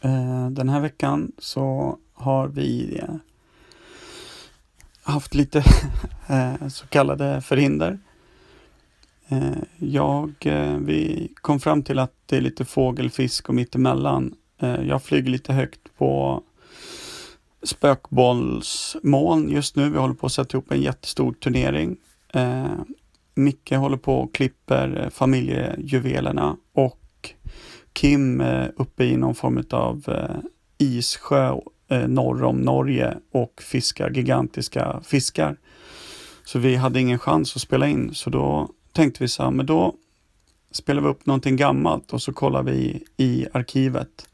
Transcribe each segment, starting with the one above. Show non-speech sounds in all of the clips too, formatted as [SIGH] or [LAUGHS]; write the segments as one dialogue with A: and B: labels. A: Eh, Den här veckan så har vi eh, haft lite [LAUGHS] eh, så kallade förhinder. Eh, Jag, eh, vi kom fram till att det är lite fågelfisk och mittemellan. Eh, Jag flyger lite högt på spökbollsmoln just nu. Vi håller på att sätta ihop en jättestor turnering. Eh, Micke håller på och klipper eh, familjejuvelerna och Kim eh, uppe i någon form av issjö eh, norr om Norge och fiskar gigantiska fiskar. Så vi hade ingen chans att spela in så då tänkte vi så här, men då spelar vi upp någonting gammalt och så kollar vi i arkivet.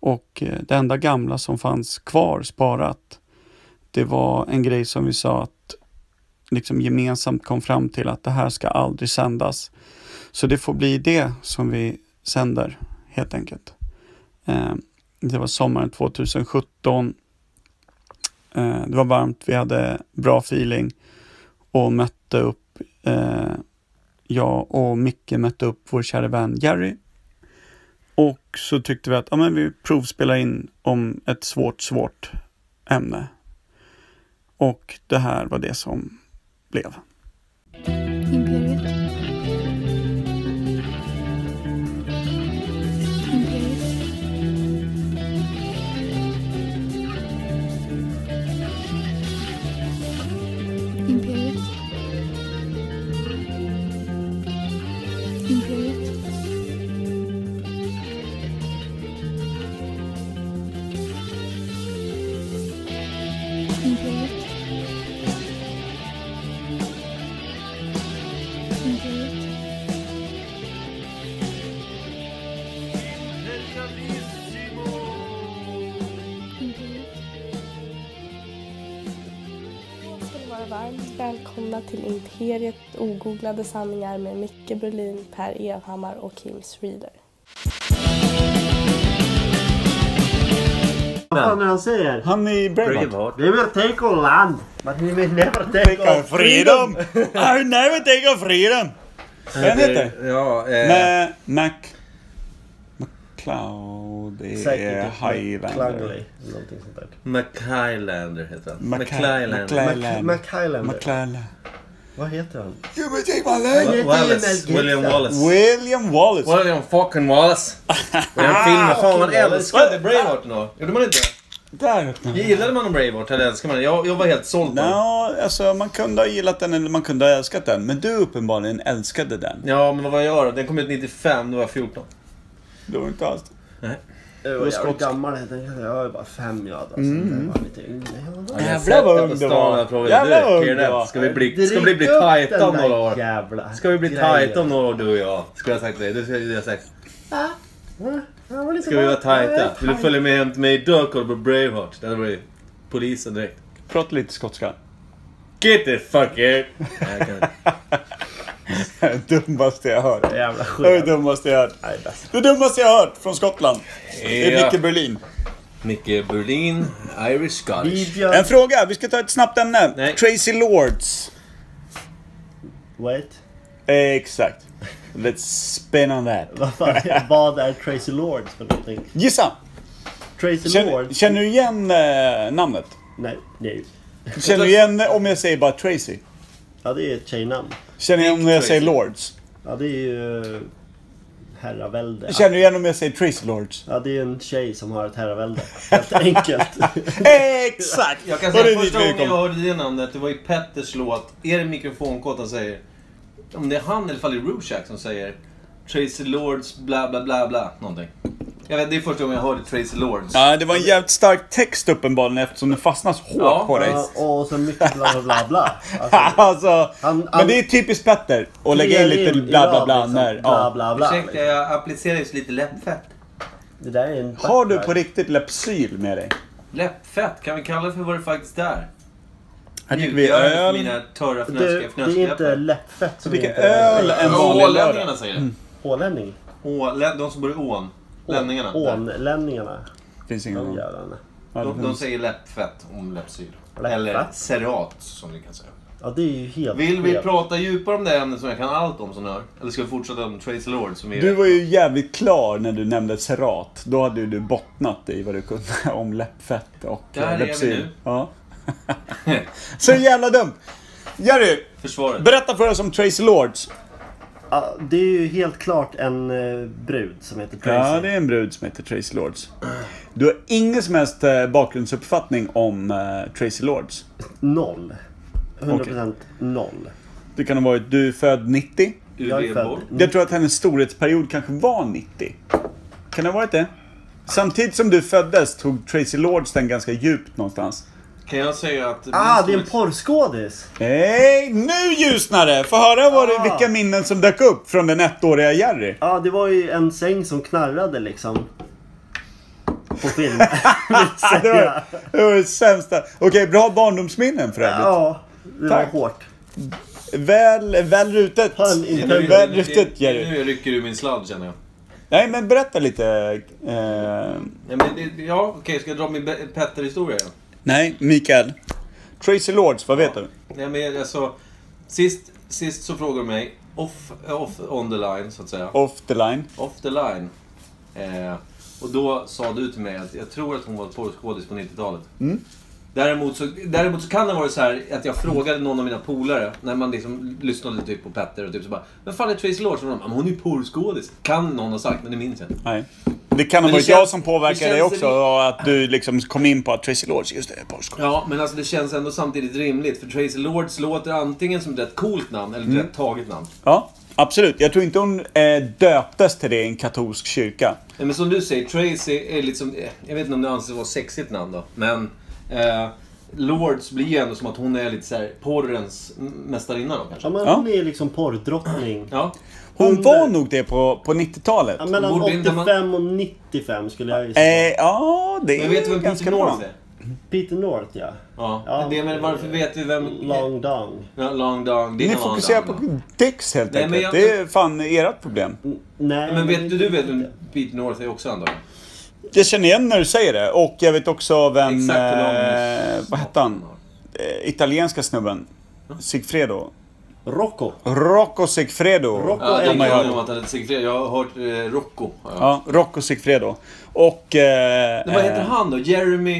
A: Och eh, det enda gamla som fanns kvar sparat, det var en grej som vi sa att liksom gemensamt kom fram till att det här ska aldrig sändas. Så det får bli det som vi sänder helt enkelt. Eh, det var sommaren 2017. Eh, det var varmt, vi hade bra feeling och mötte upp, eh, jag och Micke mötte upp vår kära vän Jerry. Och så tyckte vi att ja, men vi provspelar in om ett svårt, svårt ämne. Och det här var det som blev.
B: Imperiet. Imperiet. Imperiet. Imperiet. Imperiet. Imperiet. Imperiet.
C: ska ni vara varmt välkomna till Imperiet ogooglade sanningar med Micke Berlin, Per Evhammar och Kim Reader.
D: Vad fan är han säger?
A: Han i Braveheart.
E: Braveheart.
D: We will take all land, but we will never take all
A: freedom! [LAUGHS] I never take a freedom! Den heter?
E: Ja, eh,
A: Med Mac... McCloud är
D: Säkert
A: Highlander.
D: Clungley, någonting sånt där.
E: McKylander heter han.
A: Mac-
E: McKylander.
A: McClellan.
D: McHighlander.
A: McClellan.
D: Vad heter han?
A: You may take my leg.
D: heter
E: Wallace.
D: ju Mel
E: William
D: Gibson.
E: Wallace.
A: William Wallace.
E: William fucking Wallace. Och
A: Ah,
E: den filmen, fan man älskade Braveheart då. Gjorde man inte?
A: [LAUGHS] Där öppnade den.
E: Gillade man Braveheart eller älskade man den? Jag, jag var helt såld på den.
A: Ja, alltså man kunde ha gillat den eller man kunde ha älskat den. Men du uppenbarligen älskade den.
E: Ja, men vad var jag då? Den kom ut 95, då var jag 14.
A: Du var inte alls...
D: Jag var jävligt gammal, jag tänkte jag var bara fem jag då. Mm. Jag var lite yngre.
E: Jag har
A: Jävlar
E: sett
A: vad
E: den
A: ung
E: på
A: du
E: stan
A: var.
E: när jag provade.
A: Jävlar
E: Du,
A: vad ung
E: Kirre,
A: du var.
E: Ska vi bli, ska vi bli tajta om några år?
D: Jävla
E: Ska vi bli
D: grejen.
E: tajta om några år du och jag? Skulle jag ha sagt det. Du skulle jag ha sagt.
D: Ja, jag var lite
E: Ska vi vara tajta?
D: tajt.
E: Vill du följa med hem till mig idag och kolla på Braveheart? Det hade varit polisen direkt.
A: Prata lite skotska. [LAUGHS]
E: Get the fuck out! Nej, jag kan inte.
A: dummaste jag hört.
D: Jävla
A: Det är det
D: skit.
A: dummaste jag hört.
D: Nej, bäst.
A: Det dummaste jag hört från Skottland. [LAUGHS] Det är
E: Ja.
A: Micke Berlin.
E: Micke Berlin, Irish Scottish.
A: En
D: Videos...
A: fråga, vi ska ta ett snabbt ämne.
E: Nej.
A: Tracy Lords.
D: Wait.
A: Exakt. Let's spin on that.
D: Vad fan,
E: [LAUGHS]
D: vad är Tracy Lords för någonting?
A: Gissa!
D: Tracy
A: Känner,
D: Lords?
A: känner du igen eh, namnet?
D: Nej, nej.
A: Känner du igen eh, om jag säger bara Tracy?
D: Ja, det är ett tjejnamn.
A: Känner du igen om jag
E: Tracy.
A: säger Lords?
D: Ja, det är ju eh, herravälde.
A: Känner du igen om jag säger Tracy
E: [LAUGHS]
A: Lords?
D: Ja, det är en tjej som har ett herravälde.
A: [LAUGHS]
D: Helt enkelt.
A: Exakt!
E: Jag kan
A: Och det är
E: säga
A: dit
E: första
A: vi
E: gången jag
A: kom.
E: hörde det namnet, det var i Petters låt. Är det mikrofonkåt han säger? Om det är han eller fall det är Rorschach som säger Tracy Lords bla bla bla bla någonting. Jag vet, det är första gången jag hörde Tracy Lords.
A: Ja, det var en jävligt stark text uppenbarligen eftersom den fastnas hårt
E: Ja.
A: på dig.
D: Ja, och så mycket bla bla bla. bla.
A: [LAUGHS]
D: Alltså,
A: Alltså,
D: Han-
A: men
D: han-
A: det är typiskt Petter att lägga in lite bla bla bla
E: liksom.
A: när...
D: liksom Bla
A: Ja.
D: bla bla.
E: Ursäkta, jag applicerar just lite läppfett.
D: Det där är en
A: Har du på riktigt Lypsyl med dig?
E: Läppfett, kan vi kalla det för vad det faktiskt är?
A: Här dricker vi
E: Mjukgörare för
A: öl.
E: mina törra
D: Du,
E: fnöskiga
D: det är inte
E: fnöskläppar.
D: läppfett som
A: Vilken
D: heter det.
A: öl en vanlig lördag.
E: Ålänningarna säger
D: Mm.
E: det.
D: Ålänning.
E: Å- lä- De som bor i ån. Länningarna.
D: Ånlänningarna.
A: Finns ingen
D: De
A: annan.
D: jävlarna.
A: Ja, det
E: De, de
A: finns.
E: säger läppfett om läppsyra.
D: Läppfett?
E: Eller cerat som du kan säga.
D: Ja, det är ju helt
E: Vill vi
D: skevt.
E: prata djupare om det ämnet som jag kan allt om som ni hör? Eller ska vi fortsätta om Tracy Lord som är...
A: Du var ju jävligt klar när du nämnde Serat. Då hade ju du bottnat i vad du kunde [LAUGHS] om läppfett och
E: Där är vi
A: Lepsil.
E: nu.
A: Ja.
E: [LAUGHS]
A: Så jävla dumt! Jerry,
E: Försvaret.
A: berätta för oss om Tracy Lords.
D: Ja, det är ju helt klart en eh, brud som heter Tracy.
A: Ja, det är en brud som heter Tracy Lords. Du har ingen som helst eh, bakgrundsuppfattning om eh, Tracy Lords.
D: Noll. 100% noll.
A: Det kan ha varit, du är född 90.
D: Jag är
E: UB-boll.
D: född...
A: Jag tror att hennes storhetsperiod kanske var 90. Kan det ha varit det? Samtidigt som du föddes tog Tracy Lords den ganska djupt någonstans.
E: Kan jag säga att...
D: Ah, det är en
E: podd.
D: porrskådis!
A: Hej, nu ljusnar det! Få höra vad det,
D: Ah.
A: vilka minnen som dök upp från den ettåriga Jerry.
D: Ja, det var ju en säng som knarrade liksom. På
E: [LAUGHS]
D: film, vill
A: Ah,
D: jag
A: det, var,
D: säga.
A: det var det sämsta. Okej, bra barndomsminnen för övrigt.
D: Ja, det var
A: Tack.
D: hårt.
A: Väl, väl rutet.
D: Fan, inte-
A: Väl rutet Jerry.
E: Nu rycker du min sladd känner jag.
A: Nej, men berätta lite. Eh,
E: Ja, men det, ja okej, ska jag dra min Be- Petter-historia igen?
A: nej, Mikael. Tracy Lords, vad vet du?
E: Nej, men alltså, sist, sist så frågade de mig, off, off on the line så att säga.
A: Off the line.
E: Off the line. Eh, och då sa du till mig att jag tror att hon var porrskådis på 90-talet. Däremot, så, däremot så kan det vara så här att jag frågade någon av mina polare, när man liksom lyssnade typ på Petter och typ så bara Vem fan är Tracy Lords? Och de bara, "Men Hon är ju porrskådis. Kan någon ha sagt, men det minns jag inte.
A: Nej. Det kan ha
E: Men
A: varit
E: det känns-
A: jag som
E: det
A: påverkade dig
E: känns
A: också
E: ri-
A: och att du liksom kom in på att Tracy Lords, just det, Porsche.
E: Ja, men alltså det känns ändå samtidigt rimligt för Tracy Lords låter antingen som ett rätt coolt namn eller ett rätt taget namn.
A: Ja, absolut. Jag tror inte hon eh, döptes till det i en katolsk kyrka.
E: Nej, men som du säger, Tracy är liksom... eh, Jag vet inte om det anses vara sexigt namn då, men... Eh, Lords blir ju ändå som att hon är lite så här porrens m- mästarinna då
D: Ja,
E: kanske.
D: men
A: Ja.
D: hon är liksom porrdrottning.
E: Ja.
A: Hon
D: Hon-
A: var nog det på, på 90-talet.
D: Ja, mellan
E: Borde inte
D: 85
E: man-
D: och 95 skulle jag
A: Eh,
D: gissa.
A: ja, det
E: Men
A: är
E: vet du vem
A: ganska
E: Peter
A: bra. Eh,
E: North är?
D: Peter North ja.
E: Ja.
D: Ja,
E: det, men varför vet vi vem...
D: Long Dong.
E: Ja, long dong. Det är
A: Ni
E: long
A: fokuserar
E: dong,
A: på
E: ja.
A: dicks helt
E: Nej, men
A: enkelt.
E: jag- Mm.
A: Det är fan ert problem.
D: Nej,
E: Men vet du, du vet vem
D: inte.
E: Peter North är också antagligen?
A: Jag känner igen när du säger det och jag vet också vem...
E: Exakt hur lång-
A: Eh, vad hette han? Eh, italienska snubben. Sigfredo.
D: Rocco.
A: Rocco Sigfredo.
D: Rocco
E: Ja, det
D: Oh
E: är
D: my
E: jag
A: God.
E: om att han är Sigfred. Jag har hört eh, Rocco. Ja.
A: Ja, Rocco Sigfredo. Och... Eh,
E: Men vad heter
A: eh,
E: han då? Jeremy...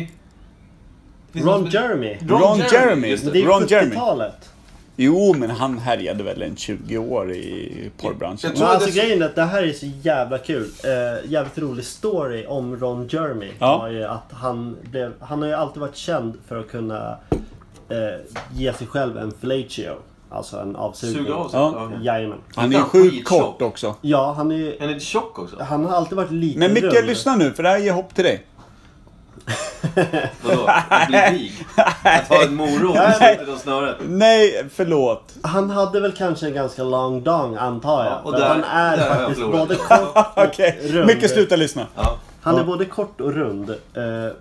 E: Finns det
D: Ron
E: någon-
D: Jeremy.
A: eh,
E: Ron,
A: Ron
E: Jeremy.
A: Jeremy.
E: Just
D: Men det
E: det.
D: är
A: Ron Jeremy.
D: 70-talet.
A: Jo, men han härjade väl en 20 år i porrbranschen.
E: Jag
D: Men
E: tror-
D: alltså
E: det är så-
D: grejen är att det här är så jävla kul. Eh, jävligt rolig story om Ron Jeremy.
A: Ja.
D: Var ju att han, blev, han har ju alltid varit känd för att kunna eh, ge sig själv en fellatio. Alltså en avsugning.
E: Suga av sig.
A: Ja.
E: Ja.
D: Jajamän.
A: Han är ju sjukt kort också.
D: Ja, han är ju...
E: Han är tjock också.
D: Han har alltid varit lite
A: Men Micke,
D: rund.
A: lyssna nu för det här ger hopp till dig.
E: Vadå? Att bli vig? Att ha en morot i slutet av snöret?
A: Nej,
E: [LAUGHS]
A: förlåt.
D: Han hade väl kanske en ganska long dong antar jag.
E: Ja, och
D: För
E: där-
D: han är
E: där har jag
D: faktiskt
E: förlorat.
D: både kort och
A: Okej,
D: rund.
A: Micke sluta lyssna.
E: Ja.
D: Han är både kort och rund. eh,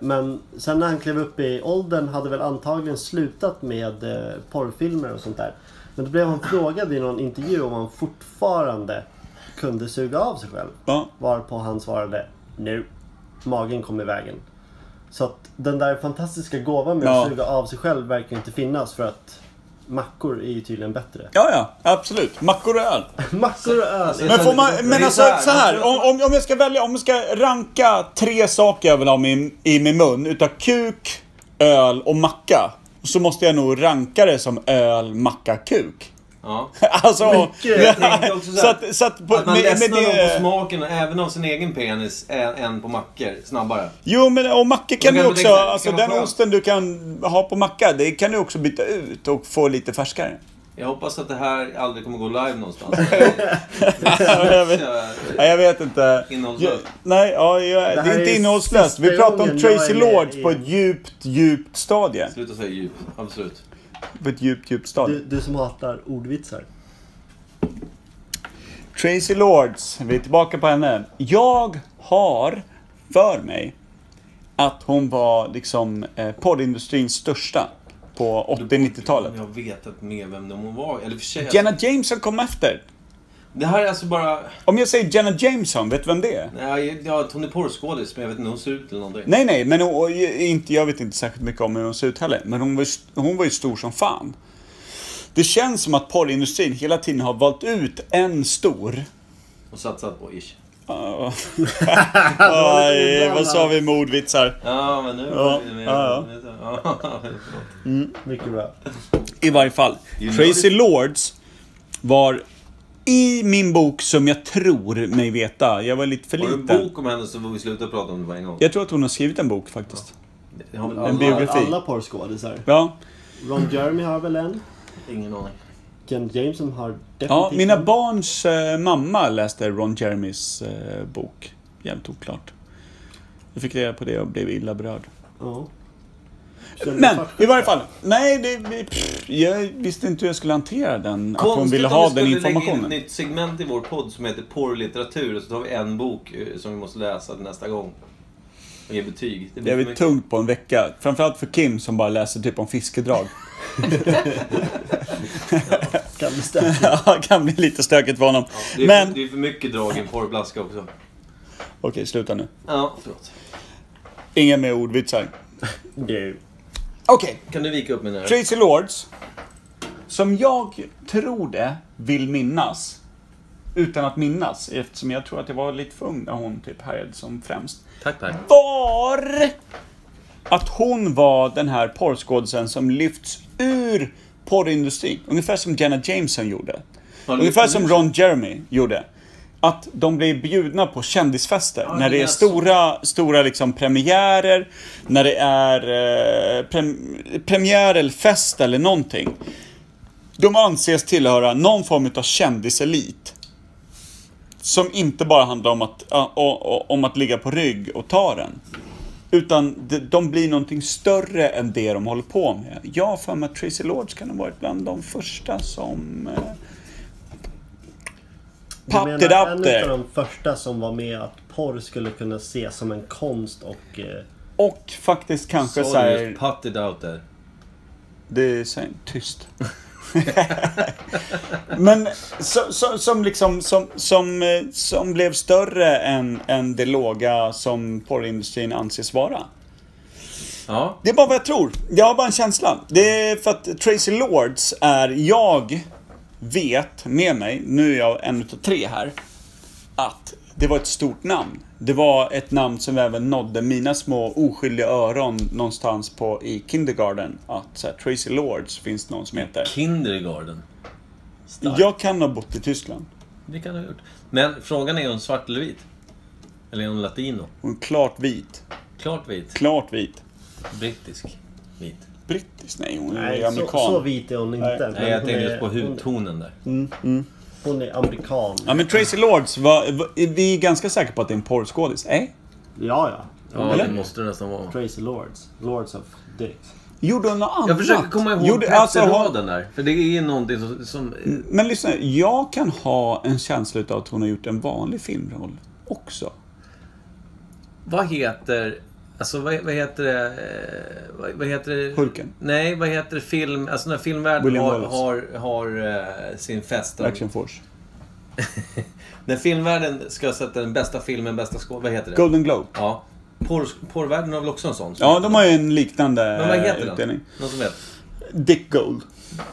D: Men sen när han klev upp i åldern hade väl antagligen slutat med eh, porrfilmer och sånt där. Men då blev han frågad i någon intervju om han fortfarande kunde suga av sig själv.
A: Ja.
D: Varpå han svarade nu. Magen kom i vägen. Så att den där fantastiska gåvan med
A: Ja.
D: att suga av sig själv verkar inte finnas för att mackor är ju tydligen bättre.
A: Ja, ja, absolut. Mackor och öl.
D: Mackor och öl!
A: Men får man,
E: Det
A: men
E: är
A: alltså
E: så här,
A: så här, om, om- om jag ska välja, om jag ska ranka tre saker jag vill ha i, i min mun utav kuk, öl och macka. Så måste jag nog ranka det som öl, macka, kuk. [LAUGHS]
E: Ja.
A: Alltså...
D: Mycket. Jag
E: tänkte också så här,
A: så att, så att, på,
E: Att man
A: med, med
E: ledsnar någon på
A: det,
E: smaken och även av sin egen penis ä- än på mackor snabbare.
A: Jo men och macka kan du
E: Men det-
A: också,
E: det kan
A: alltså
E: vara
A: den
E: skönt.
A: osten du kan ha på macka, det kan du också byta ut och få lite färskare.
E: Jag hoppas att det här aldrig kommer gå
A: [LAUGHS]
E: live någonstans.
A: jag, vet, nej, jag vet inte.
E: Innehållslöst.
A: Jag- Nej, ja, jag, det,
D: Det här
A: är inte
D: är
A: innehållslöst. Vi
D: sista
A: pratar om
D: gången jag
A: Tracy
D: är med
A: Lords
D: i-
A: på ett djupt, djupt stadie.
E: Sluta säga djup, absolut.
A: På ett djupt, djupt stadie.
D: Du, du som hatar ordvitsar.
A: Tracy Lords, vi är tillbaka på henne. Jag har för mig att hon var liksom eh, poddindustrins största på 80-90-talet.
E: Jag vet att med vem de hon var. Eller för sig, alltså,
A: Jenna Jameson kom efter.
E: det här är alltså bara...
A: Om jag säger Jenna Jameson, vet du vem det är?
E: Nej, ja, att hon är porrskådis, men jag vet inte hur hon ser ut eller någonting.
A: Nej, nej, men hon, och inte, jag vet inte särskilt mycket om hur hon ser ut heller. Men hon var, ju st- hon var ju stor som fan. Det känns som att porrindustrin hela tiden har valt ut en
E: [LAUGHS]
A: stor.
E: Och satsat på ish.
A: Ah.
D: lite
A: Aj,
D: bra,
A: vad sa vi med ordvitsar?
E: Ja, men nu...
A: Ja, ja,
E: [LAUGHS] ja. förlåt.
D: Mycket bra.
A: I varje fall.
E: You
A: Tracy Lords var i min bok som jag tror mig veta. Jag var lite för
E: Har du en
A: liten.
E: bok om henne så får vi sluta prata om det på en gång.
A: Jag tror att hon har skrivit en bok faktiskt.
E: Jag har
D: Alla,
A: biografi.
D: Alla porrskådisar.
A: Ja,
D: Ron Jeremy har väl en?
E: ingen aning.
D: Ken Jameson har definitivt
A: ja mina
D: en.
A: barns eh, mamma läste Ron Jeremys eh, bok. Jävligt oklart. Jag fick reda på det och blev illa berörd.
D: Ja. Känner
A: Men
D: fart-
A: i varje fall. Nej, det, vi- pff, jag visste inte hur jag skulle hantera den. Att hon ville
E: om
A: ha
E: vi
A: den
E: skulle lägga in ett
A: informationen.
E: nytt segment i vår podd som heter porrlitteratur och så tar vi en bok eh, som vi måste läsa till nästa gång. Och ge betyg.
A: Det
E: Det blir
A: är
E: för
A: väl
E: mycket.
A: tungt på en vecka. Framförallt för Kim som bara läser typ om
E: [LAUGHS]
A: fiskedrag.
D: Kan
A: [LAUGHS]
D: bestämma.
A: Ja, kan bli lite stökigt för honom.
E: Det är,
A: Men...
E: för, det är för mycket drag i en porrblaska också.
A: Okej, sluta nu.
E: Ja, förlåt.
A: Inga mer ordvitsar.
D: Du.
A: Okej,
E: Kan du vika upp mig nu?
A: Tracy Lords. Som jag tror det vill minnas. Utan att minnas, eftersom jag tror att jag var lite för ung när hon typ härjade som främst.
E: Tack, tack.
A: Var att hon var den här porrskådisen som lyfts ur porrindustrin. Ungefär som Jenna Jameson gjorde.
E: Ja, det-
A: Ungefär som Ron Jeremy gjorde. Att de blir bjudna på kändisfester när
E: det
A: det är
E: är så.
A: stora, stora liksom premiärer, när det är eh, prem, premiär eller fest eller någonting. De anses tillhöra någon form av kändiselit. Som inte bara handlar om att, ja, o- o- om att ligga på rygg och ta den. Utan de, de blir någonting större än det de håller på med. Jag har för mig att Tracy Lords kan ha varit bland de första som... Eh,
D: Du
A: Pop it
D: menar en
A: up
D: av
A: there.
D: de första som var med att porr skulle kunna ses som en konst och... Eh,
A: Och faktiskt kanske
E: Sa du
A: såhär...
E: just put it out there?
A: Det är så här, tyst. Men så, så, som liksom, som, som, eh, som blev större än, än det låga som porrindustrin anses vara.
E: Ja.
A: Det är bara vad jag tror. Jag har bara en känsla. Det är för att Tracy Lords är, jag vet med mig, nu är jag en utav tre här, att det var ett stort namn. Det var ett namn som även nådde mina små oskyldiga öron någonstans på i kindergarten. Att så här, Tracy Lords finns någon som heter.
E: Kindergarten. Starkt.
A: Jag kan ha bott i Tyskland.
E: Det kan du ha gjort. Men frågan är om svart eller vit? Eller om latino?
A: Hon är klart vit.
E: Klart vit.
A: Klart vit.
E: Brittisk vit.
A: Brittisk? Nej, hon är
D: nej, så,
A: amerikan.
D: så vit är hon inte.
A: Nej.
D: men
E: Nej, jag
D: hon
E: tänkte
D: är-
E: just på
D: Hon,
E: hudtonen där.
D: hon är amerikan.
A: Ja men Tracy Lords, var, var, vi är ganska säkra på att det är en porrskådis. Eh? Nej?
D: Ja, ja.
E: Ja,
A: Eller?
E: det måste det nästan vara.
D: Tracy Lords. Lords of Dicks.
A: Gjorde hon något annat?
E: Jag försöker komma ihåg
A: Gjorde- alltså, hon, Mm.
E: Pepsi-raden där. För det är någonting som... som
A: Men lyssna, jag kan ha en känsla utav att hon har gjort en vanlig filmroll också.
E: vad heter... Alltså vad, vad heter det... eh, Vad, vad heter det?
A: Hulken.
E: Nej, vad heter film... Alltså när filmvärlden
A: William
E: har,
A: Wallace.
E: har, har eh, sin fest. där-
A: Action Force.
E: När filmvärlden ska sätta den bästa filmen, bästa skådespelaren. Vad heter det?
A: Golden Globe.
E: Ja. Porr, porrvärlden har väl också en sån?
A: Ja, de har ju en liknande
E: Men vad
A: eh,
E: heter
A: utdelning.
E: den? Någon som vet?
A: Dick Gold.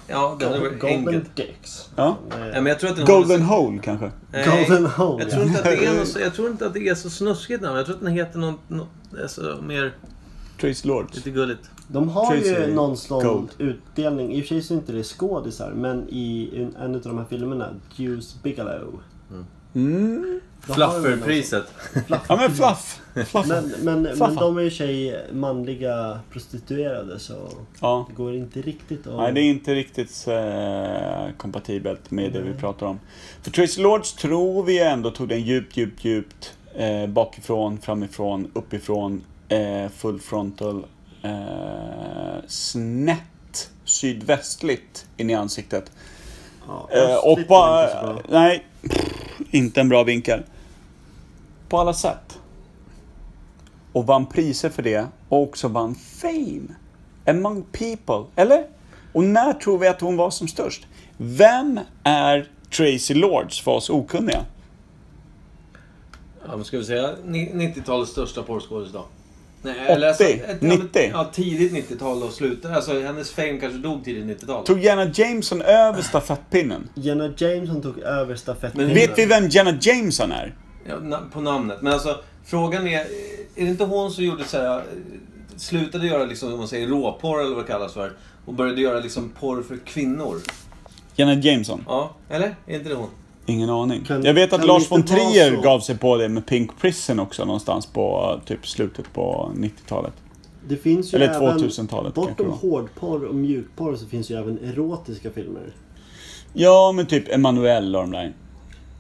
E: Ja, det hade varit
D: Golden
E: enkelt.
D: Dicks.
A: Ja.
E: Ja, men jag tror att den
A: Golden
E: har...
A: Hole kanske.
E: Nej,
D: Golden Hole,
E: Jag tror, inte att det är något, så- jag tror inte att det är så snuskigt namn. Jag tror att den heter något, något alltså, mer...
A: Tracy Lords.
E: Lite gulligt.
D: De har
A: Tracy
D: ju någon sån
A: Gold.
D: utdelning. I och för sig så är inte det skådisar, men i en, en av de här filmerna, Deuce Bigelow.
A: Mm.
D: Då har de någon sån-
E: Flufferpriset.
A: Ja men Fluff. Fluff.
D: Men, men, men
A: Fluffa.
D: de är ju i och för sig manliga prostituerade så
A: Ja.
D: det går inte riktigt att...
A: Nej, det är inte riktigt eh, kompatibelt med det vi pratar om. För Tracy Lords tror vi ändå tog den djupt, djupt, djupt eh, bakifrån, framifrån, uppifrån, eh, full frontal, eh, snett sydvästligt in i ansiktet.
D: ja,
A: Eh, och
D: östligt är inte så
A: bara...
D: bra.
A: Nej, pff, inte en bra vinkel. På alla sätt. Och vann priser för det och också vann fame. Among people, eller? Och när tror vi att hon var som störst? Vem är Tracy Lords för oss okunniga?
E: Ja, men ska vi säga ni- 90-talets största porrskådis då? Nej, eller alltså,
A: 80,
E: ett-
A: 90.
E: Ja, tidigt 90-tal och slutet. Alltså hennes fame kanske dog tidigt 90-tal.
A: Tog Jenna Jameson över stafettpinnen?
D: Jenna Jameson tog över stafettpinnen.
E: Men
A: Vet vi vem Jenna Jameson är?
E: Ja, na- på namnet. Men alltså frågan är, är det inte hon som gjorde så här, eh, slutade göra liksom, om man säger råporr eller vad det kallas för och började göra liksom porr för kvinnor?
A: Jenna Jameson?
E: Ja, eller? Är inte det hon?
A: Ingen aning.
D: Kan-
A: jag vet att
D: kan
A: Lars
D: det
A: von
D: inte vara
A: Trier
D: så?
A: gav sig på det med Pink Prison också någonstans på eh, typ slutet på 90-talet.
D: Det finns ju
A: Eller
D: även,
A: 2000-talet kanske det
D: Bortom
A: var.
D: hårdporr och mjukporr så finns ju även erotiska filmer.
A: Ja, men typ Emanuel och de där.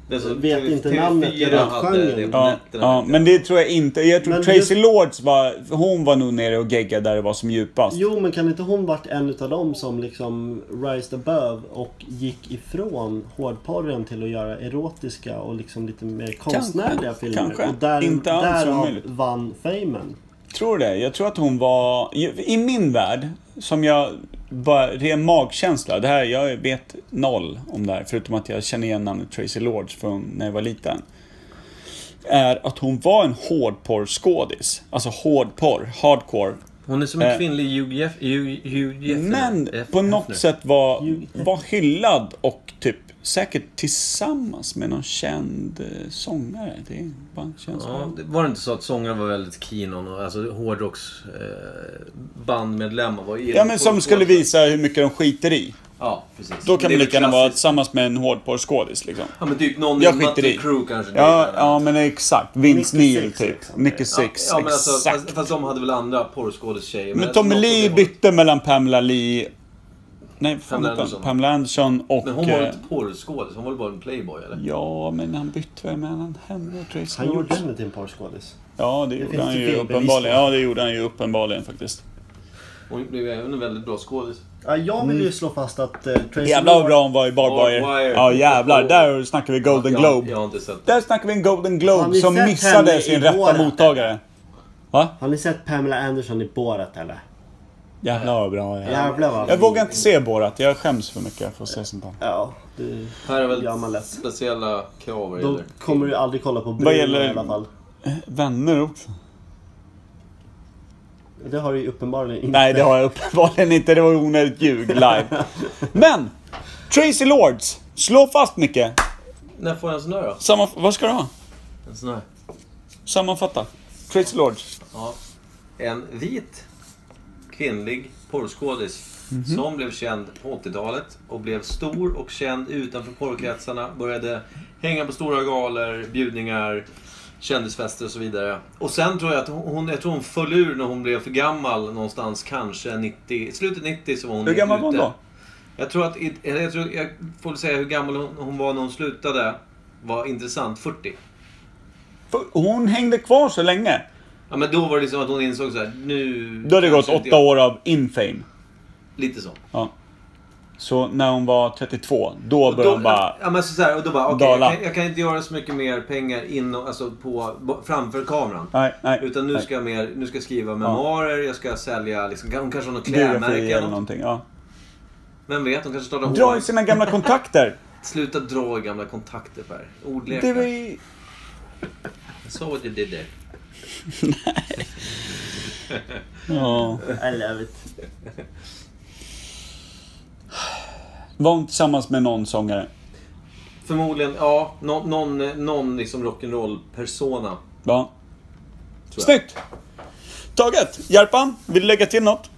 E: Det som
D: Vet
E: TV-
D: inte
E: TV4
D: namnet, jag vet
E: hade det
D: genren.
E: på
A: Ja,
E: nätterna.
A: ja, men det tror jag inte. Jag tror
D: Men
A: Tracy
D: just-
A: Lords var, hon var nog nere och geggade där det var som djupast.
D: Jo, men kan inte hon varit en utav dem som liksom rised above och gick ifrån hårdporren till att göra erotiska och liksom lite mer konstnärliga filmer?
A: kanske.
D: Och där,
A: Inte alls
D: därav
A: omöjligt.
D: vann famen.
A: Tror det. Jag tror att hon var, i- i min värld, som jag bara, ren magkänsla. Det här, jag vet noll om det här, förutom att jag känner igen namnet Tracy Lords från när jag var liten. Är att hon var en hårdporrskådis. Alltså hårdporr, hardcore.
E: Hon är som
A: Eh.
E: en kvinnlig Hugh Jeff- Hugh- Hugh Hefner.
A: Men
E: Jeff-
A: på något
E: Hefner.
A: sätt var, var hyllad och typ säkert tillsammans med någon känd eh, sångare. Det är bara en känsla.
E: Ja, det- var det inte så att sångaren var väldigt keen on, alltså hårdrocks eh, bandmedlemmar var
A: Ja men som skulle visa hur mycket de skiter i.
E: Ja, precis.
A: Då kan
E: Det
A: man
E: är väl
A: lika gärna vara
E: klassiskt.
A: tillsammans med en hårdporrskådis liksom.
E: Ja men typ någon
A: Jag
E: i
A: skiter
E: Mötley
A: i.
E: Crüe kanske.
A: Ja,
E: det är-
A: ja men exakt. Vince
D: Nicky
A: Neil
D: Six,
A: typ.
D: liksom.
A: Nicky Six,
E: Ja, men alltså,
A: exakt.
E: fast, fast de hade väl andra porrskådistjejer.
A: men Tommy
E: något åt det
A: Lee
E: hållet.
A: bytte mellan Pamela Lee... Nej, fan,
E: Pamela
A: Pamela, Anderson.
E: Anderson.
A: Pamela Anderson och...
E: Men hon var väl
A: eh,
E: inte porrskådis? Hon var väl bara en playboy eller?
A: Ja, men han bytte väl mellan henne och Tracy
D: Han gjorde
A: Lords.
D: henne till en porrskådis.
A: Ja, det gjorde
D: finns
A: han
D: ju
A: ju
D: bevis på.
A: uppenbarligen. Ja, det gjorde han ju uppenbarligen faktiskt.
E: Hon blev ju även en väldigt bra skådis.
D: Ja, jag vill ju slå fast att eh, Tracy
A: Jävlar vad Mm.
D: Lord-
A: bra hon var i Barbwire.
E: Barbwire.
A: Ja, jävlar. Där snackar vi Golden
E: jag,
A: Globe.
E: Jag har inte sett
A: Där snackar vi en Golden
D: Har
A: Globe
D: ni
A: som
D: sett
A: missade
D: henne i
A: sin rätta
D: Borat?
A: mottagare. Va?
D: Har ni sett Pamela Anderson i Borat eller?
A: Jävlar vad bra jag är.
D: Jävlar vad
A: Jag vågar inte se Borat. Jag skäms för mycket för att se sånt här.
D: Ja, det...
E: Här är väl
D: Ja, man lätt.
E: speciella krav vad
D: Då
E: gäller.
D: kommer du aldrig kolla på Bruno
A: gäller-
D: i alla fall.
A: Vänner också?
D: Det har du ju uppenbarligen inte.
A: Nej, det har jag uppenbarligen inte. Det var onödigt ljug live. Men! Tracy Lords. Slå fast Micke.
E: När får jag en sån här då?
A: Sammanf- vad ska du ha?
E: En sån här?
A: Sammanfatta. Tracy Lords.
E: Ja. En vit kvinnlig porrskådis
A: Mhm.
E: som blev känd på 80-talet och blev stor och känd utanför porrkretsarna. Började hänga på stora galor, bjudningar, kändisfester och så vidare. Och sen tror jag att hon, jag tror hon föll ur när hon blev för gammal någonstans, kanske 90, i slutet 90 så var hon
A: Hur gammal var hon
E: ute.
A: då?
E: Jag tror att, i- eller jag, tror, jag får säga hur gammal hon, hon var när hon slutade. Var intressant, 40.
A: För Hon hängde kvar så länge.
E: Ja men då var det liksom att hon insåg så här, nu...
A: Då har det gått
E: kanske inte
A: åtta
E: jag-
A: år av infame.
E: Lite så.
A: Ja. Så när hon var 32, då
E: Och
A: började
E: då,
A: hon bara...
E: ja, men så så här, och då bara, okej,
A: dala.
E: jag, kan- jag kan inte göra så mycket mer pengar inom, alltså på, bo- framför kameran.
A: Nej, nej.
E: Utan nu
A: nej.
E: ska, jag mer, nu ska jag skriva memoarer, jag ska sälja, liksom, hon kanske har något
A: Biografi
E: klädmärke
A: eller
E: eller något.
A: någonting. Ja.
E: Vem vet, hon kanske startar
A: Dra
E: hår.
A: i sina
E: [LAUGHS]
A: gamla kontakter.
E: Sluta dra i gamla kontakter Per. Ordlekar.
A: Det var ju...
E: I saw what you did there.
A: Ja.
D: I love it.
A: Var hon tillsammans med någon sångare?
E: Förmodligen, ja, nå- någon, eh, någon liksom rock'n'roll-persona.
A: Ja.
E: jag.
A: Snyggt! Taget! Järpan, vill du lägga till något?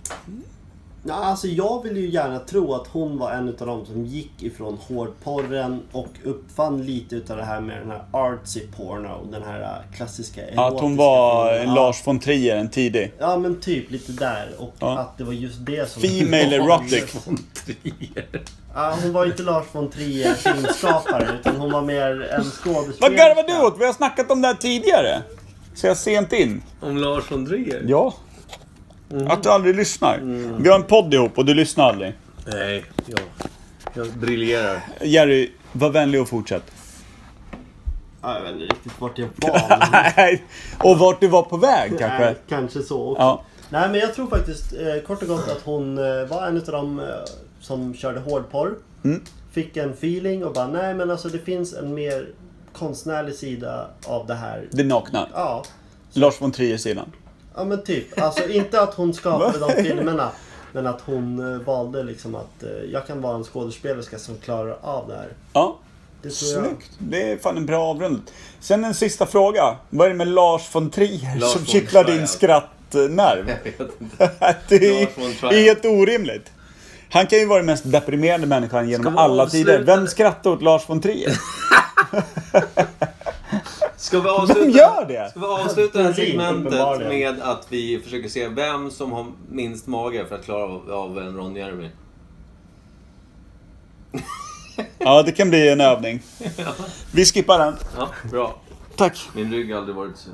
D: Ja, alltså jag vill ju gärna tro att hon var en utav dem som gick ifrån hårdporren och uppfann lite utav det här med den här artsy porno. Den här äh, klassiska erotiska
A: Att hon var
D: filmen.
A: en Lars von Trier, en tidig.
D: Ja men typ lite där och
A: Ja.
D: att det var just det
A: [LAUGHS]
D: som...
A: Female erotic.
D: Ja, hon var inte Lars von Trier filmskapare utan hon var mer en skådespelerska.
A: Vad garvar du åt? Vi har snackat om det här tidigare. Så jag sent in.
E: Om Lars von Trier?
A: Ja.
E: Mm.
A: Att du aldrig lyssnar. Vi har en podd ihop och du lyssnar aldrig.
E: Nej, jag, jag briljerar.
A: Jerry, var vänlig och fortsätt.
D: Ja, jag vet inte riktigt vart jag var. men-
E: Mm.
A: Nej. [LAUGHS] och vart du var på väg kanske.
D: Nej, kanske så också.
A: Ja.
D: Nej men jag tror faktiskt eh, kort och gott att hon eh, var en av dem eh, som körde hårdporr.
A: Mm.
D: Fick en feeling och bara nej men alltså det finns en mer konstnärlig sida av det här.
A: Det nakna.
D: Ja.
A: Lars von Trier sidan.
D: Ja men typ. Alltså inte att hon skapade
A: [LAUGHS]
D: de filmerna. Men att hon eh, valde liksom att eh, jag kan vara en skådespelerska som klarar av det här.
A: Ja.
D: Det tror jag.
A: Snyggt. Det är fan en bra avrundning. Sen en sista fråga. Vad är det med Lars von Trier
E: Lars
A: som
E: von
A: kittlar din
E: Trier. [LAUGHS]
A: skrattnerv? [LAUGHS]
E: Jag vet inte.
A: det är,
E: Lars von Trier.
A: det är helt orimligt. Han kan ju vara den mest deprimerande människan
E: Ska
A: genom
E: vi
A: alla
E: avsluta
A: tider. Vem
E: det?
A: skrattar åt Lars von Trier?
E: [LAUGHS] Ska vi avsluta,
A: Vem gör det?
E: Ska vi avsluta det här
D: Berlin,
E: segmentet
D: uppenbarligen.
E: med att vi försöker se vem som har minst mage för att klara av, av en Ron Jeremy?
A: Ja, det kan bli en övning.
E: [LAUGHS]
A: Vi skippar den.
E: Ja, bra.
A: Tack.
E: Min rygg har aldrig varit så...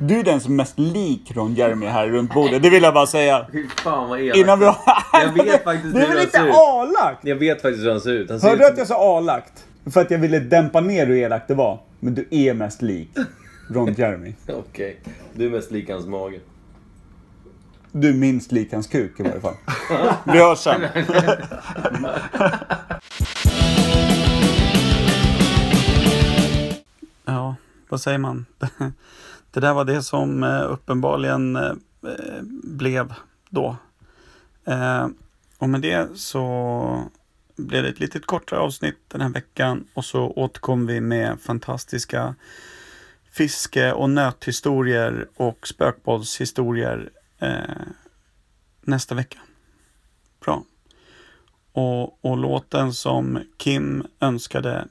A: Du är den som är mest lik Ron Jeremy här runt bordet. Det vill jag bara säga.
E: Fy fan vad elakt.
A: Innan vi har...
E: Jag vet faktiskt
A: Det är
E: hur
A: väl
E: han ser
A: inte
E: ut.
A: alakt?
E: Jag vet faktiskt hur han ser ut. Han ser
A: Hörde du
E: ut
A: att jag sa alakt? För att jag ville dämpa ner hur elakt det var. Men du är mest lik Ron Jeremy.
E: Okej. Du är mest lik hans mage.
A: Du är minst lik hans kuk i varje fall. Vi hörs sen.
F: Ja, vad säger man? [LAUGHS] Det där var det som eh, uppenbarligen eh, eh, blev då. Eh, Och med det så blev det ett litet kortare avsnitt den här veckan och så återkom vi med fantastiska fiske och nöthistorier och spökbollshistorier eh, nästa vecka. Bra. Och, och låten som Kim önskade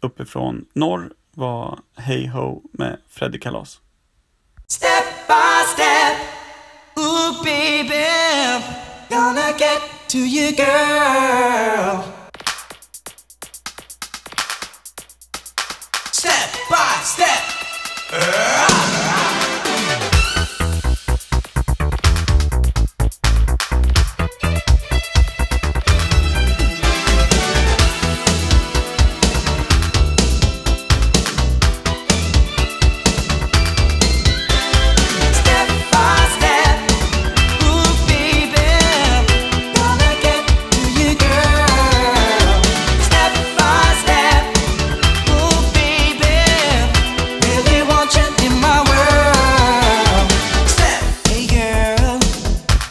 F: uppifrån norr var Hey Ho med Freddy Kalas.
G: Step by step, ooh baby, gonna get to you, girl. Step by step. Step by step, ooh baby, gonna get to you, girl. Step by step, ooh baby, really want you in my world. Step, hey girl,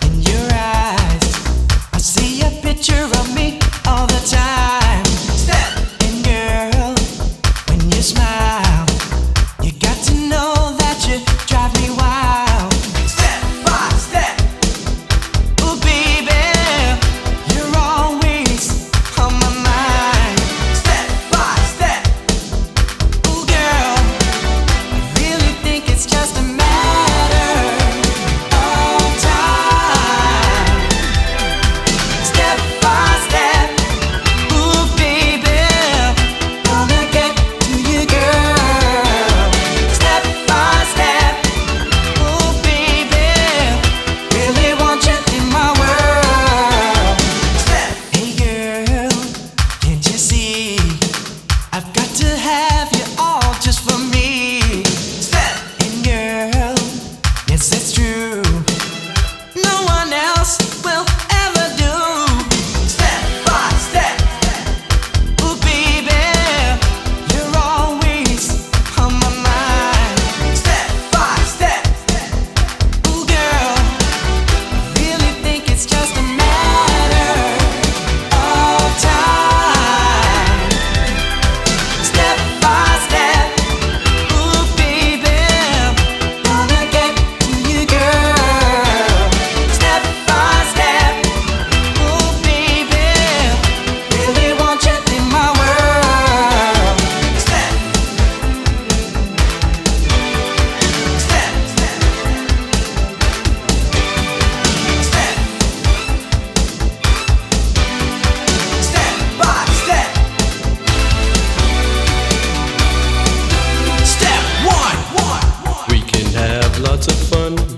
G: in your eyes, I see a picture of me all the time. Step, and girl, when you smile. You got to know that you drive me wild. Step by step, ooh baby, you're always on my mind. Step by step, ooh girl, I really think it's just a matter of time. Step by step, ooh baby, gonna get to you, girl. Step by step, ooh baby, really want you in my world. Step, hey girl, can't you see? I've got to have you all just for me. Step, and girl, yes it's true no one else will ever do. Step by step, ooh baby, you're always on my mind. Step by step, ooh girl, I really think it's just a matter of time. Step by step. Ooh, baby, gonna get to you, girl. Step by step. Ooh, baby, really want you in my world. Step, step, step, step, step by step. Step one, one, one.
H: We can have lots of fun
G: Oh, Oh, Oh,